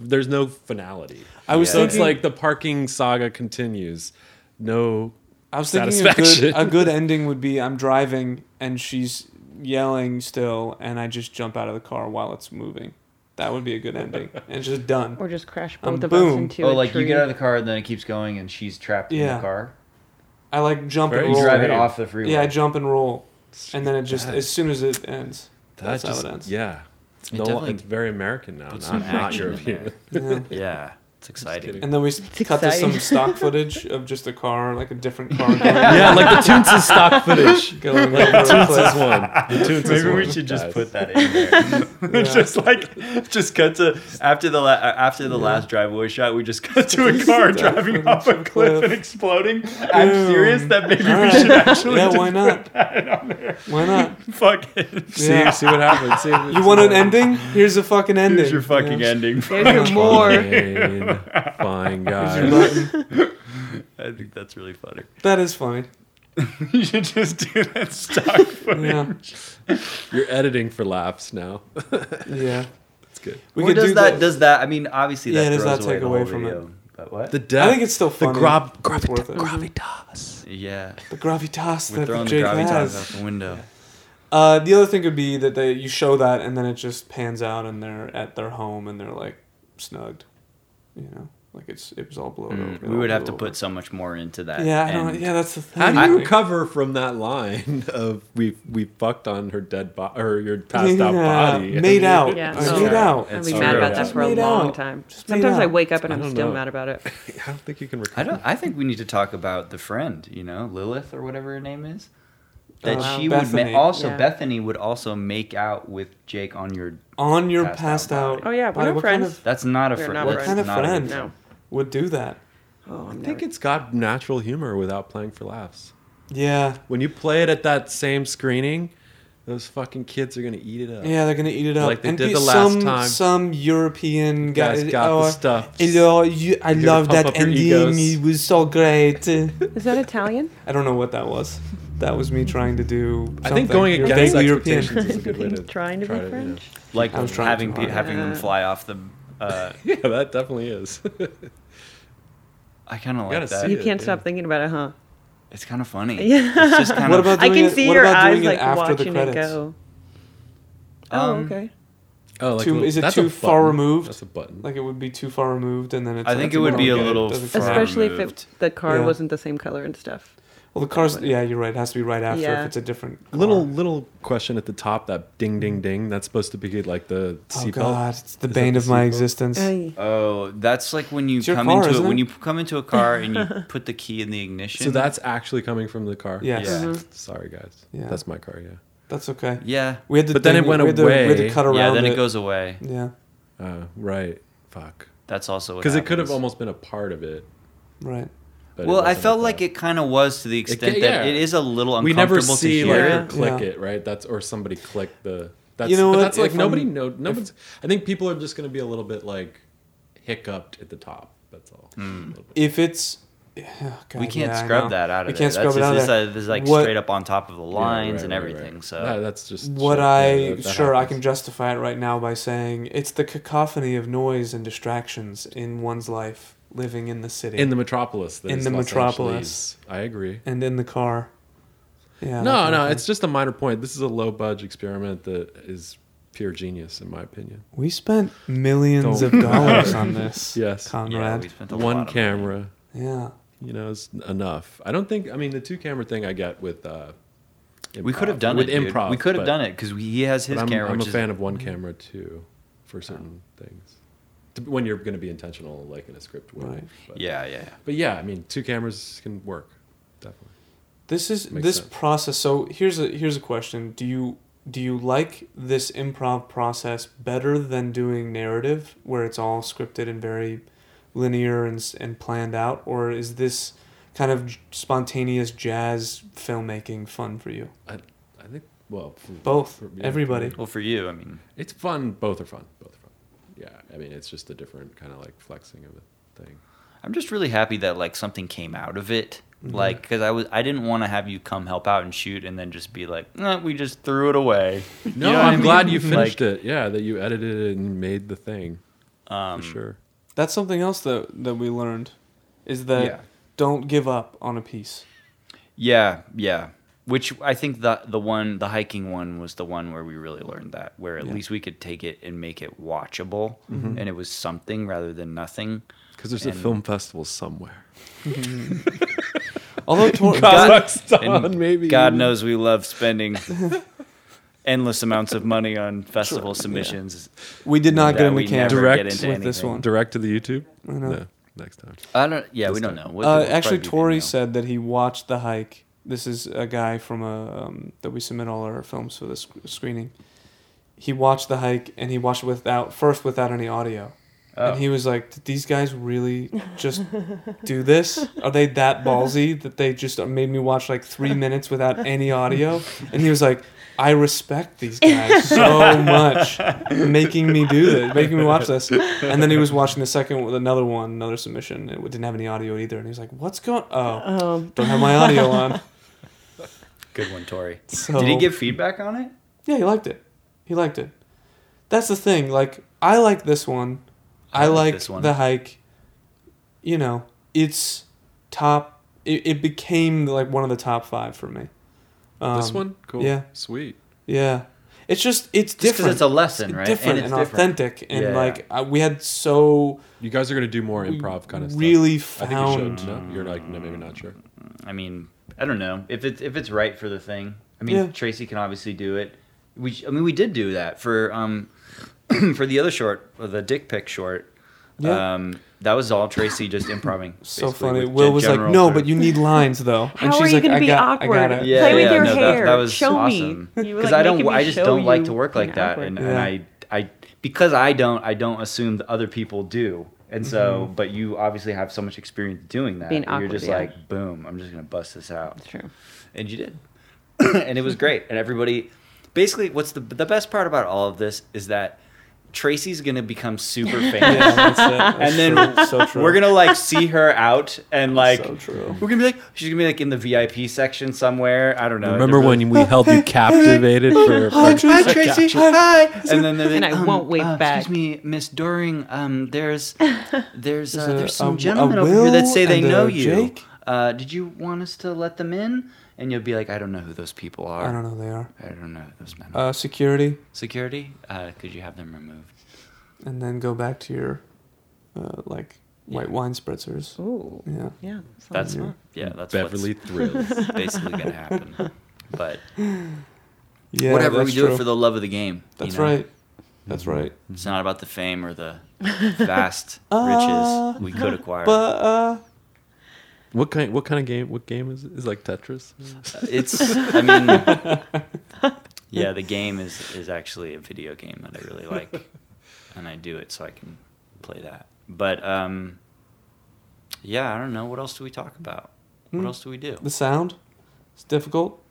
there's no finality.
I was
So it's
thinking-
like the parking saga continues. No,
I was thinking a good,
satisfaction.
a
[LAUGHS]
good ending would be I'm driving and she's yelling still, and I just jump out of the car while it's moving. That would be a good
[LAUGHS]
ending, and it's just done.
Or just crash both
Um,
of us
boom.
Right?
into
Oh,
a
like
tree.
you get out of the car and then it keeps going and she's trapped in
Yeah.
the car.
I like jump
Very
and
You
roll.
Roll.
drive it
Hey.
off the freeway.
Yeah, I jump and roll, and then it just
That-
as soon as it
[LAUGHS]
ends,
that
that's
just-
how it ends.
Yeah, it's,
It
no,
definitely
it's very American now.
puts
Not,
some
not
action in
European.
there.
Yeah.
Yeah,
[LAUGHS]
it's exciting.
And then we s- cut
exciting.
to some stock footage of just a car, like a
[LAUGHS]
different car [LAUGHS] going,
[LAUGHS] yeah, like the Toons' stock footage.
going over a
This
cliff.
one. The Toons is
Maybe
[LAUGHS]
we
one,
should just
guys.
put
[LAUGHS]
that in there. just like, just cut to after the la- uh, after the last driveway shot. We just cut to a car driving off a cliff and exploding. I'm
Boom.
serious that maybe
All
we
right.
should actually
Yeah,
just
why not?
put that on there.
Why not?
[LAUGHS] Fuck it.
See,
Yeah.
see what happens. See if [LAUGHS]
You
it's
want an
more
ending? Here's a fucking ending.
Here's your fucking
Yeah.
[LAUGHS] ending.
There's your more.
Fine,
Here's
fine guys.
your button.
I think that's really funny. [LAUGHS]
That is funny.
you should just do that stock footage.
[LAUGHS] Yeah,
You're editing for laughs now. [LAUGHS]
yeah.
That's good.
We
or
could
does
do
that,
the-
does that? I mean, obviously
Yeah,
that
does
throws
that
away
take
the
away
whole
from it?
video, But what?
The depth.
think it's still funny.
The grob,
It's
gravita-
worth it.
gravitas.
yeah,
the gravitas
we're
that
throwing the
Jake
gravity
has.
out the window.
Uh, the other thing could be that they you show that and then it just pans out and they're at their home and they're like snugged, you know, like it's it was all blown
Mm,
over.
we would
all
have to
blew
put so much more into that.
over. Yeah, I
and-
don't, yeah, that's the thing.
How do you
Like,
recover from that line [LAUGHS] of we we fucked on her dead body or your passed out
Yeah,
body?
made out.
Yeah.
I
Oh.
made out.
I'll
It's
be
true.
mad about
Yeah.
that for a
Made
long
out.
time.
Just made
Sometimes I
out.
wake up and
I
I'm
don't
still
know.
mad about it.
I don't think you can recover.
I don't. I think we need to talk about the friend. You know, Lilith or whatever her name is. That
Oh,
she would
Bethany.
ma- also
Yeah.
Bethany would also make out with Jake on your.
on your
Passed out
passed
body.
out.
Oh, yeah, we're
body.
not
What kind
friends.
of
That's not a
We're
friend.
not
That's
friends. What kind of
not a
friend?
good
No.
would do that?
Oh, I'm
I
never-
think it's got natural humor without playing for laughs.
Yeah,
When you play it at that same screening, those fucking kids are gonna eat it up.
Yeah, they're gonna eat it up.
Like they
and
did
pe-
the last
some,
time.
Some European guy.
guys got the
oh,
stuff.
hello, you, I
You're gonna
love
pump
that
up your
ending.
egos.
It was so great. [LAUGHS] I
Is that Italian?
don't know what that was. That was me trying to do. Something.
I think going
You're
against
vaguely
expectations is a
[LAUGHS]
good way to
Trying to
try
be
you know.
French?
Like
I was trying
having
too
pe-
hard.
having them fly off the. Uh,
[LAUGHS] Yeah, that definitely is. [LAUGHS]
I kind of
gotta
like that.
see
You
Yeah,
can't
yeah.
stop thinking about it, huh?
It's kind of funny.
Yeah.
It's just kind
What
of.
about
I
doing
can
it-
see
what
your
about doing
eyes
it
like
after the
watching it
credits?
go. Oh,
Um,
okay.
oh,
Too-
little-
is it
that's a
too far
button.
removed?
That's a button.
Like it would be too far removed, and then it's.
I
like
think it
you
would
don't
be a
get it,
little
doesn't
far
connect.
removed.
Especially if it, the car
Yeah.
wasn't the same color and stuff.
Well, the car's. Yeah, you're right. It has to be right after
Yeah.
if it's a different. Car.
Little little question at the top. That ding ding ding. That's supposed to be like
Oh
the seatbelt.
God, it's the
Is that
bane
the
of my
seatbelt?
existence.
Ay.
[LAUGHS] Oh, that's like when you
It's your
come
car,
into
isn't
it. When
it?
you p- come into a car and
[LAUGHS]
you put the key in the ignition.
So that's actually coming from the car.
Yes.
Yeah. Mm-hmm.
Sorry guys.
Yeah.
That's my car. Yeah.
That's okay.
yeah.
We had to.
But then
ding-
it went
we had to- we had
away.
to cut
Yeah,
around
Yeah. Then it goes away.
Yeah.
Uh, right. Fuck.
That's also
Because it could have
almost.
almost been a part of it.
Right.
But it
well, I
wasn't
felt
at
like
that.
it kind of was to the extent
yeah.
that it is a little
We
uncomfortable
never see
to
like
hear.
Yeah.
her click
Yeah.
it right. That's or somebody click the. That's,
You know
but
what?
That's like
If
nobody
I'm-
know. No one's. I think people are just going to be a little bit like hiccuped at the top. That's all.
Hmm.
A little bit.
if it's [SIGHS] oh, God,
we can't
yeah, I know.
scrub that out of
we
it.
can't scrub it out of
this,
there.
This, is like
What-
straight up on top of the
Yeah,
lines and
right, right,
everything.
right.
So
No, that's just
what
shit.
I
Yeah, that- that
sure I can
happens.
justify it right now by saying it's the cacophony of noise and distractions in one's life living in the city
in the metropolis. that
In
is
the
Los
metropolis.
Angeles. I agree.
and in the car. Yeah. that
No,
kind of
no,
thing.
it's just a minor point. This is a low budge experiment that is pure genius, in my opinion.
we spent 1000000s
Don't-
of
[LAUGHS]
dollars on this.
Yes.
yeah,
Conrad.
we spent a lot
One
of
camera.
Yeah.
you know, is enough. I don't think. I mean, the two camera thing I get with. Uh,
Money. We
improv-
could have done
with
it. dude.
improv.
we could have
but-
done it because he has
but
his
I'm,
camera. Mm-hmm.
I'm a
which is-
fan of one camera too, for certain things. To- When you're going to be intentional, like in a script way.
Right.
But,
Yeah, yeah, yeah.
But yeah, I mean, two cameras can work, definitely.
This is
Makes
this
sense.
process. So here's a here's a question. Do you do you like this improv process better than doing narrative, where it's all scripted and very linear and s- and planned out, or is this kind of j- spontaneous jazz filmmaking fun for you?
I, I think well, for-
Both.
for- yeah,
Everybody.
Well, for you, I mean,
It's fun. Both are fun. Both are fun. Yeah, I mean, it's just a different kind of like flexing of the thing.
I'm just really happy that like something came out of it.
Mm-hmm.
Like, because I was, I didn't want to have you come help out and shoot, and then just be like, nah, we just threw it
[LAUGHS]
away. You
No,
know what
I'm
I mean?
glad you
Like,
finished it. Yeah, that you edited it and made the thing.
Um,
for sure.
That's something else that that we learned is that
Yeah.
don't give up on a piece.
Yeah, yeah. Which I think the the one the hiking one was the one where we really learned that where at
Yeah. Mm-hmm.
least we could take it and make it watchable and it was something rather than nothing.
Because there's
And-
a film festival
[LAUGHS]
somewhere.
Although Tor-
[LAUGHS] Kazakhstan,
And
maybe.
God knows we love spending endless amounts of money on festival submissions.
we did not
that
get in the
we
camp
never
Direct
get into
with this
anything.
one.
Direct to the YouTube?
I know.
No, next time.
I don't. Yeah, we
This
don't
time.
know. We'll-
Uh,
we'll
actually,
probably do
Tori
video.
said that he watched the hike. This is a guy from a um, that we submit all our films for this sc- screening. He watched the hike and he watched it without first without any audio,
Oh.
and he was like, "Did these guys really just do this? Are they that ballsy that they just made me watch like three minutes without any audio?" And he was like, "I respect these guys so much, making me do this, making me watch this." And then he was watching the second, one- another one, another submission. It didn't have any audio either, and he was like, "What's going? Oh,
Um,
don't have my audio on."
Good one, Tori.
So
Did he give feedback on it?
Yeah, he liked it. He liked it. That's the thing. Like I like this one. I, like
this one.
the hike. You know, it's top. It, it became like one of the top five for me. Um,
this one? Cool.
yeah.
Sweet.
Yeah. It's just it's
Just 'cause
different.
it's a lesson, right?
Different
it's
and,
different.
authentic, and
Yeah.
like I, we had so
You guys are going to do more
we
improv kind of stuff.
really
I think
found
you should. No, you're like, no, maybe not sure.
I mean, I don't know if it's if it's right for the thing. I mean,
Yeah.
Tracy can obviously do it. We, I mean, we did do that for um, [CLEARS THROAT] for the other short, or the dick pic short.
Yeah.
Um, that was all Tracy just improvising.
[LAUGHS] so
basically,
funny.
with
Will
gen-
was like,
general
"No,
sort
but
of-
you need lines though," and
How are
she's
you
like,
gonna
"I
be
got,
awkward?
I got it."
[LAUGHS] Yeah,
Play with
yeah,
your
no, that-
hair.
That, was
Show me.
awesome.
You were,
Because
like,
I don't.
making me
I just
show
don't like
you
to work like
kinda
that,
awkward.
and,
Yeah.
and I, I, because I don't, I don't assume that other people do. And so,
Mm-hmm.
but you obviously have so much experience doing that.
Being
where you're
awkward,
just
yeah.
like, boom, I'm just gonna bust this out.
That's true.
and you did [CLEARS THROAT] and it was great and everybody basically what's the the best part about all of this is that tracy's gonna
[LAUGHS]
become super
Yeah,
famous
that's it.
[LAUGHS]
That's
and then
true. so true.
we're gonna like see her out and like
so true.
we're gonna be like she's gonna be like in the vip section somewhere i don't know
Remember when we
[LAUGHS]
held you captivated for.
Hi,
Hi,
[LAUGHS]
Tracy.
Tracy. Hi. And then they're
And
like,
I
um,
won't wait
uh,
back.
Excuse me, Miss Doring. Um,
[LAUGHS]
there's, there's, uh,
There's a-
there's
a-
some
a
gentlemen over here
Will
that say they
and a
know you.
Jake?
Uh, did you want us to let them in? And you'll be like, I don't know who those people are.
I don't know who they are.
I don't know who those men. are.
Uh, security,
Security, uh, could you have them removed?
and then go back to your uh, like white wine spritzers.
Ooh.
Yeah.
Yeah.
That's
fun.
yeah, that's
[LAUGHS]
Beverly Thrills.
what's basically gonna happen. But
Yeah.
whatever, we
that's
do
true.
it for the Mm-hmm. love of the game. you
That's
know?
right. That's right.
It's not about the fame or
[LAUGHS]
the vast
Uh,
riches we could acquire.
But uh,
What kind? What kind of game? What game is it? Is it like
[LAUGHS]
Tetris?
Uh, It's, I mean, yeah, the game is is actually a video game that I really like,
[LAUGHS]
and I do it so I can play that. But um, yeah, I don't know. What else do we talk about? What
Hmm.
else do we do?
[LAUGHS] the sound, it's difficult.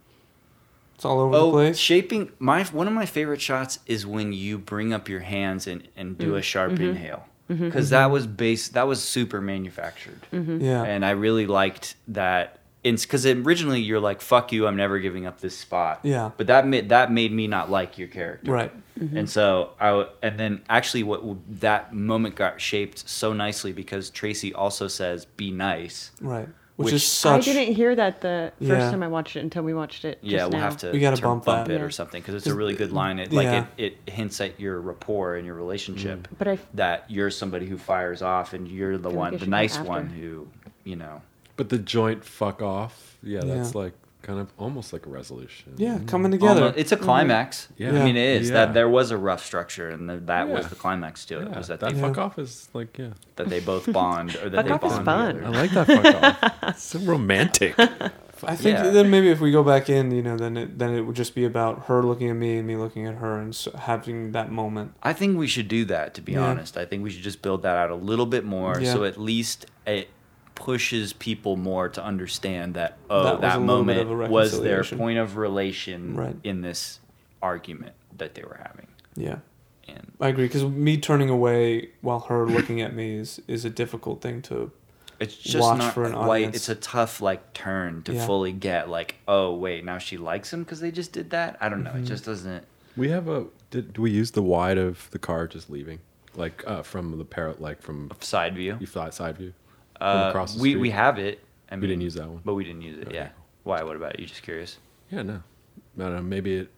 It's all over the
Oh,
place.
shaping my one of my favorite shots is when you bring up your hands and, and do a sharp inhale because that was base that was super manufactured,
Mm.
yeah.
and I really liked that. Because originally you're like fuck you, I'm never giving up this spot.
Yeah.
but that made that made me not like your character.
right.
And so I w- and then actually what w- that moment got shaped so nicely because Tracy also says be nice.
Right. Which,
Which-
is
I
such.
didn't hear that the first
Yeah.
time I watched it until we watched it.
Yeah,
just
we'll
now.
have to
We gotta
turn-
bump that.
it
Yeah.
or something because it's a really good line. It
Yeah. Mm.
like it, it hints at your rapport and your relationship
But I f-
that you're somebody who fires off and you're the
feel like
one,
it
the
should go
nice
after.
one who you know.
But the joint fuck off. Yeah, that's
Yeah.
like kind of almost like a resolution.
Yeah, coming together. Mm-hmm.
Almo- Mm. it's a climax.
Yeah.
I mean it is
Yeah.
that there was a rough structure and the, that was
Yeah.
the climax to it
Yeah,
was
that
that they
fuck off is like yeah.
that they both bond or that
Fuck
they
off is
bond.
fun.
together.
I like that fuck off. It's [LAUGHS] so romantic.
I think
Yeah.
then maybe if we go back in, you know, then it, then it would just be about her looking at me and me looking at her and so having that moment.
I think we should do that. To be
Yeah.
honest, I think we should just build that out a little bit more.
Yeah.
So at least it pushes people more to understand that oh
That
that,
was a little bit
moment
of a
was their
reconciliation.
point of relation
Right.
in this argument that they were having
Yeah.
and
I agree because me turning away while her looking at me is is a difficult thing to.
it's just
Watch
not
for an
quite
audience.
it's a tough like turn to
Yeah.
fully get like oh wait now she likes him because they just did that i don't
Mm-hmm.
know it just doesn't
We have a. Did do we use the wide of the car just leaving, like uh, from the parrot, like from
side view
you fly side view, from
uh,
across the
we,
street?
we have it I mean,
We didn't use that one.
but we didn't use it
Okay,
yeah
cool.
why what about you just curious
Yeah, no, I don't know. Maybe it,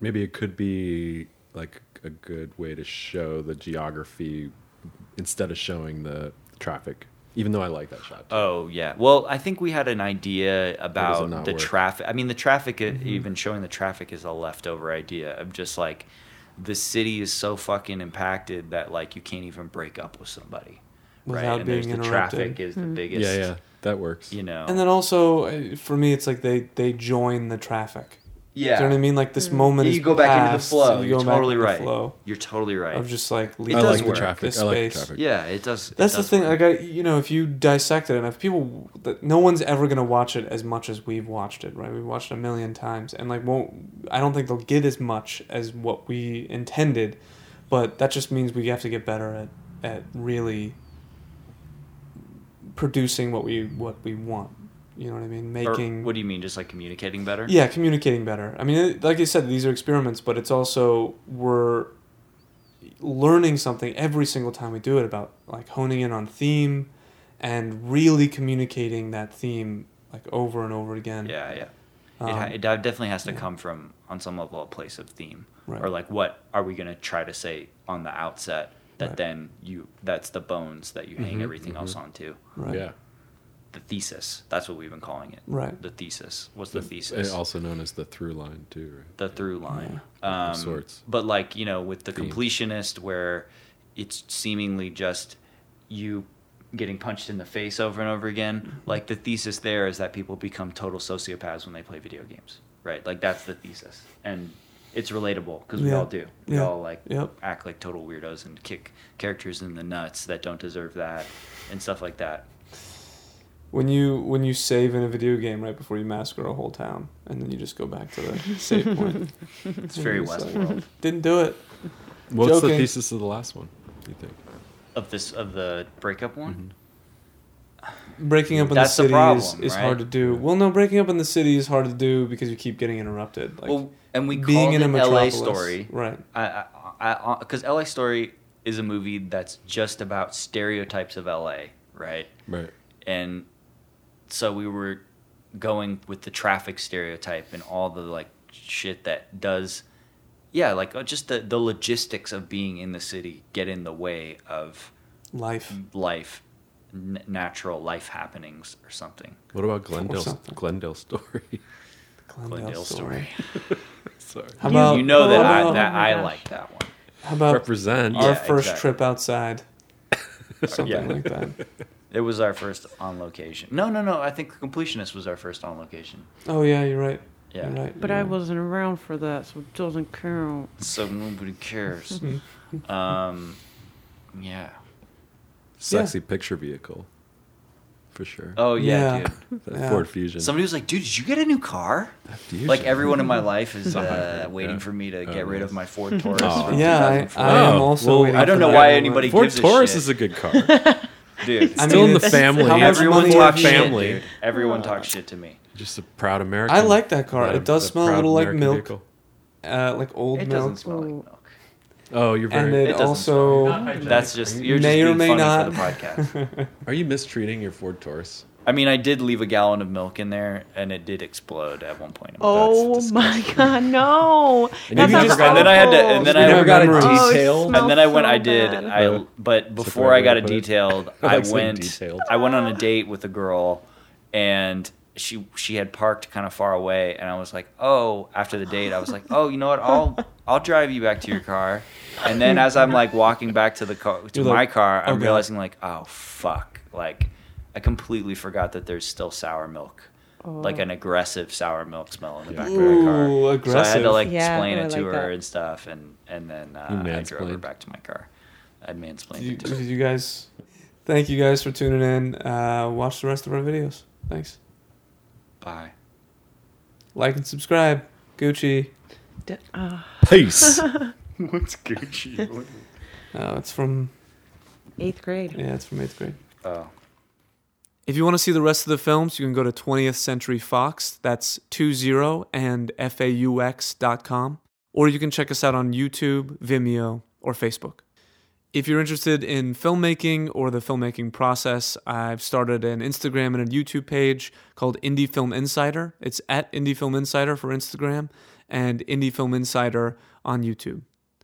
maybe it could be like a good way to show the geography instead of showing the traffic. Even though I like that shot. too.
Oh yeah. Well, I think we had an idea
not
about the
work? Mm-hmm.
traffic. I mean, the traffic e, even showing the traffic is a leftover idea of just like the city is so fucking impacted that like you can't even break up with somebody,
Without
right? And there's
being
the
interrupted.
traffic is the biggest.
yeah, yeah, that works.
You know.
And then also uh, for me, it's like they they join the traffic.
yeah.
Do you know what I mean? Like this moment. is
you go back into the
past,
flow.
and
You're
go back
totally
into the
right.
flow
You're totally right.
of just like
It
leaving
I
does
like the
work.
traffic.
this
I like the
space.
traffic.
yeah, it does. it
That's the
does
thing.
work.
Like I, you know, if you dissect it enough, people, that no one's ever gonna watch it as much as we've watched it, right? We've watched it a million times, and like, won't I don't think they'll get as much as what we intended, but that just means we have to get better at at really producing what we what we want. You know what I mean?
Or
Making
what do you mean? Just like communicating better?
yeah, communicating better. I mean, it- like I said, these are experiments, but it's also we're learning something every single time we do it about like honing in on theme and really communicating that theme like over and over again.
Yeah, yeah.
Um,
it, ha- it de- definitely has to
yeah.
come from, on some level, a place of theme,
Right.
or like what are we going to try to say on the outset that
Right. Mm-hmm.
then you that's the bones that you hang
Mhm,
everything else
mhm.
onto.
Right.
yeah.
The thesis. That's what we've been calling it.
Right.
The thesis. What's the,
And
thesis?
also known as the through line too. Right?
the through line.
Yeah.
Um,
Of sorts.
But like you know, with the
Theme.
completionist, where it's seemingly just you getting punched in the face over and over again.
Mm-hmm.
Like the thesis there is that people become total sociopaths when they play video games, right? Like that's the thesis, and it's relatable because we
Yeah.
all do. We
Yeah.
all like
Yep.
act like total weirdos and kick characters in the nuts that don't deserve that and stuff like that.
When you when you save in a video game right before you massacre a whole town and then you just go back to the
[LAUGHS]
save point.
It's very
It's like-
Westworld
Didn't do it.
What's the
Joking.
thesis of the last one? You think?
of this of the breakup one.
Mm-hmm.
Breaking up in
That's the
the city
problem,
is, is
right?
hard to do. Well, no, breaking up in the city is hard to do because you keep getting interrupted. Like
well, and we being in a LA story.
right?
I, I, because LA Story is a movie that's just about stereotypes of LA, right?
Right.
And so we were going with the traffic stereotype and all the like shit that does, yeah, like uh, just the the logistics of being in the city get in the way of
Life.
life, n- natural life happenings or something.
What about Glendale?
something.
Glendale story. [LAUGHS]
Glendale,
Glendale
story.
Sorry.
How
You-
about
you know that
how
I
about,
that
Oh my
I
gosh.
like that one.
how about
Represent.
our
Yeah,
first
exactly.
trip outside? [LAUGHS] Something
Yeah.
like that.
It was our first on location. No, no, no. I think Completionist was our first on location.
Oh yeah, you're right.
Yeah.
You're right.
But
you're
I
right.
wasn't around for that, so it doesn't [LAUGHS] count.
so
[LAUGHS]
nobody cares. um, yeah.
[LAUGHS] Sexy picture vehicle. For sure.
Oh yeah,
Yeah.
dude.
that
yeah.
Ford Fusion.
Somebody was like, "Dude, did you get a new car?"
That Fusion.
Like everyone in my life
[LAUGHS]
is
It's a
uh,
hybrid,
waiting
yeah.
for me to
Oh,
get rid
yes. Oh.
of my
[LAUGHS]
Ford Taurus.
Aw.
from
Yeah, I,
2004.
I am
Oh,
also.
well,
waiting
I don't
for
know
that
why
one.
anybody-
Ford
gives a
Taurus
shit.
is
[LAUGHS]
a good car.
dude.
I
Still
mean,
in the
it's-
family.
How much
everyone
money
talks
have you-
shit,
family.
dude. Everyone talks shit to me.
Just a proud American.
I like that car.
Proud-
It does
the
smell a
proud
little like
American
milk,
vehicle.
uh, like old
It doesn't
milk,
smell like
Ooh.
milk.
Oh, you're
and
very.
it
doesn't
also
That's just you're
may
just
or
being
may
funny
not.
for the podcast.
[LAUGHS]
Are you mistreating your Ford Taurus?
I mean, I did leave a gallon of milk in there, and it did explode at one point.
Oh my god, no!
And
That
then you
sounds
just got-
awful.
and then I had to- and then
I
never got a
remember-
Oh, it
detail.
smells-
and then I went.
so
I did.
bad.
I
Yeah.
but
the
before
way
I got
to
it
put it.
detailed,
I
I
like saying
went.
detailed.
I went on a date with a girl, and she she had parked kind of far away, and I was like, oh. After the date, I was like, oh, you know what?
[LAUGHS]
I'll I'll drive you back to your car. And then as I'm like walking back to the car to
You're
my
like,
car, I'm
"Oh, God."
realizing like, oh fuck, like I completely forgot that there's still sour milk.
Oh.
Like an aggressive sour milk smell in the back of my car.
Ooh,
So I had to
aggressive.
like
Yeah,
explain
I
it to
like
her
that.
and stuff, and and then
You
uh, I drove her
mansplained.
back to my car. I mansplained
Did you,
it to her.
did you guys Thank you guys for tuning in. Uh, watch the rest of our videos. Thanks.
Bye.
Like and subscribe. Gucci.
D- uh,
[LAUGHS] Peace.
[LAUGHS] What's
[LAUGHS]
Gucci? What-
Uh, it's from
eighth grade.
yeah, it's from eighth grade.
Oh.
If you want to see the rest of the films, you can go to 20th Century Fox, that's 20 and faux.com, or you can check us out on YouTube, Vimeo, or Facebook. If you're interested in filmmaking or the filmmaking process, I've started an Instagram and a YouTube page called Indie Film Insider. It's at Indie Film Insider for Instagram and Indie Film Insider on YouTube.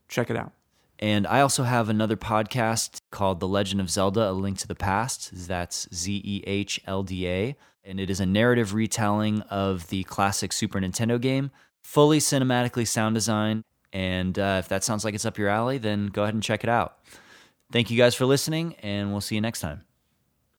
Check it out.
And I also have another podcast called The Legend of Zelda A Link to the Past. That's Z E H L D A. And it is a narrative retelling of the classic Super Nintendo game, fully cinematically sound designed. And uh, if that sounds like it's up your alley, then go ahead and check it out. Thank you guys for listening, and we'll see you next time.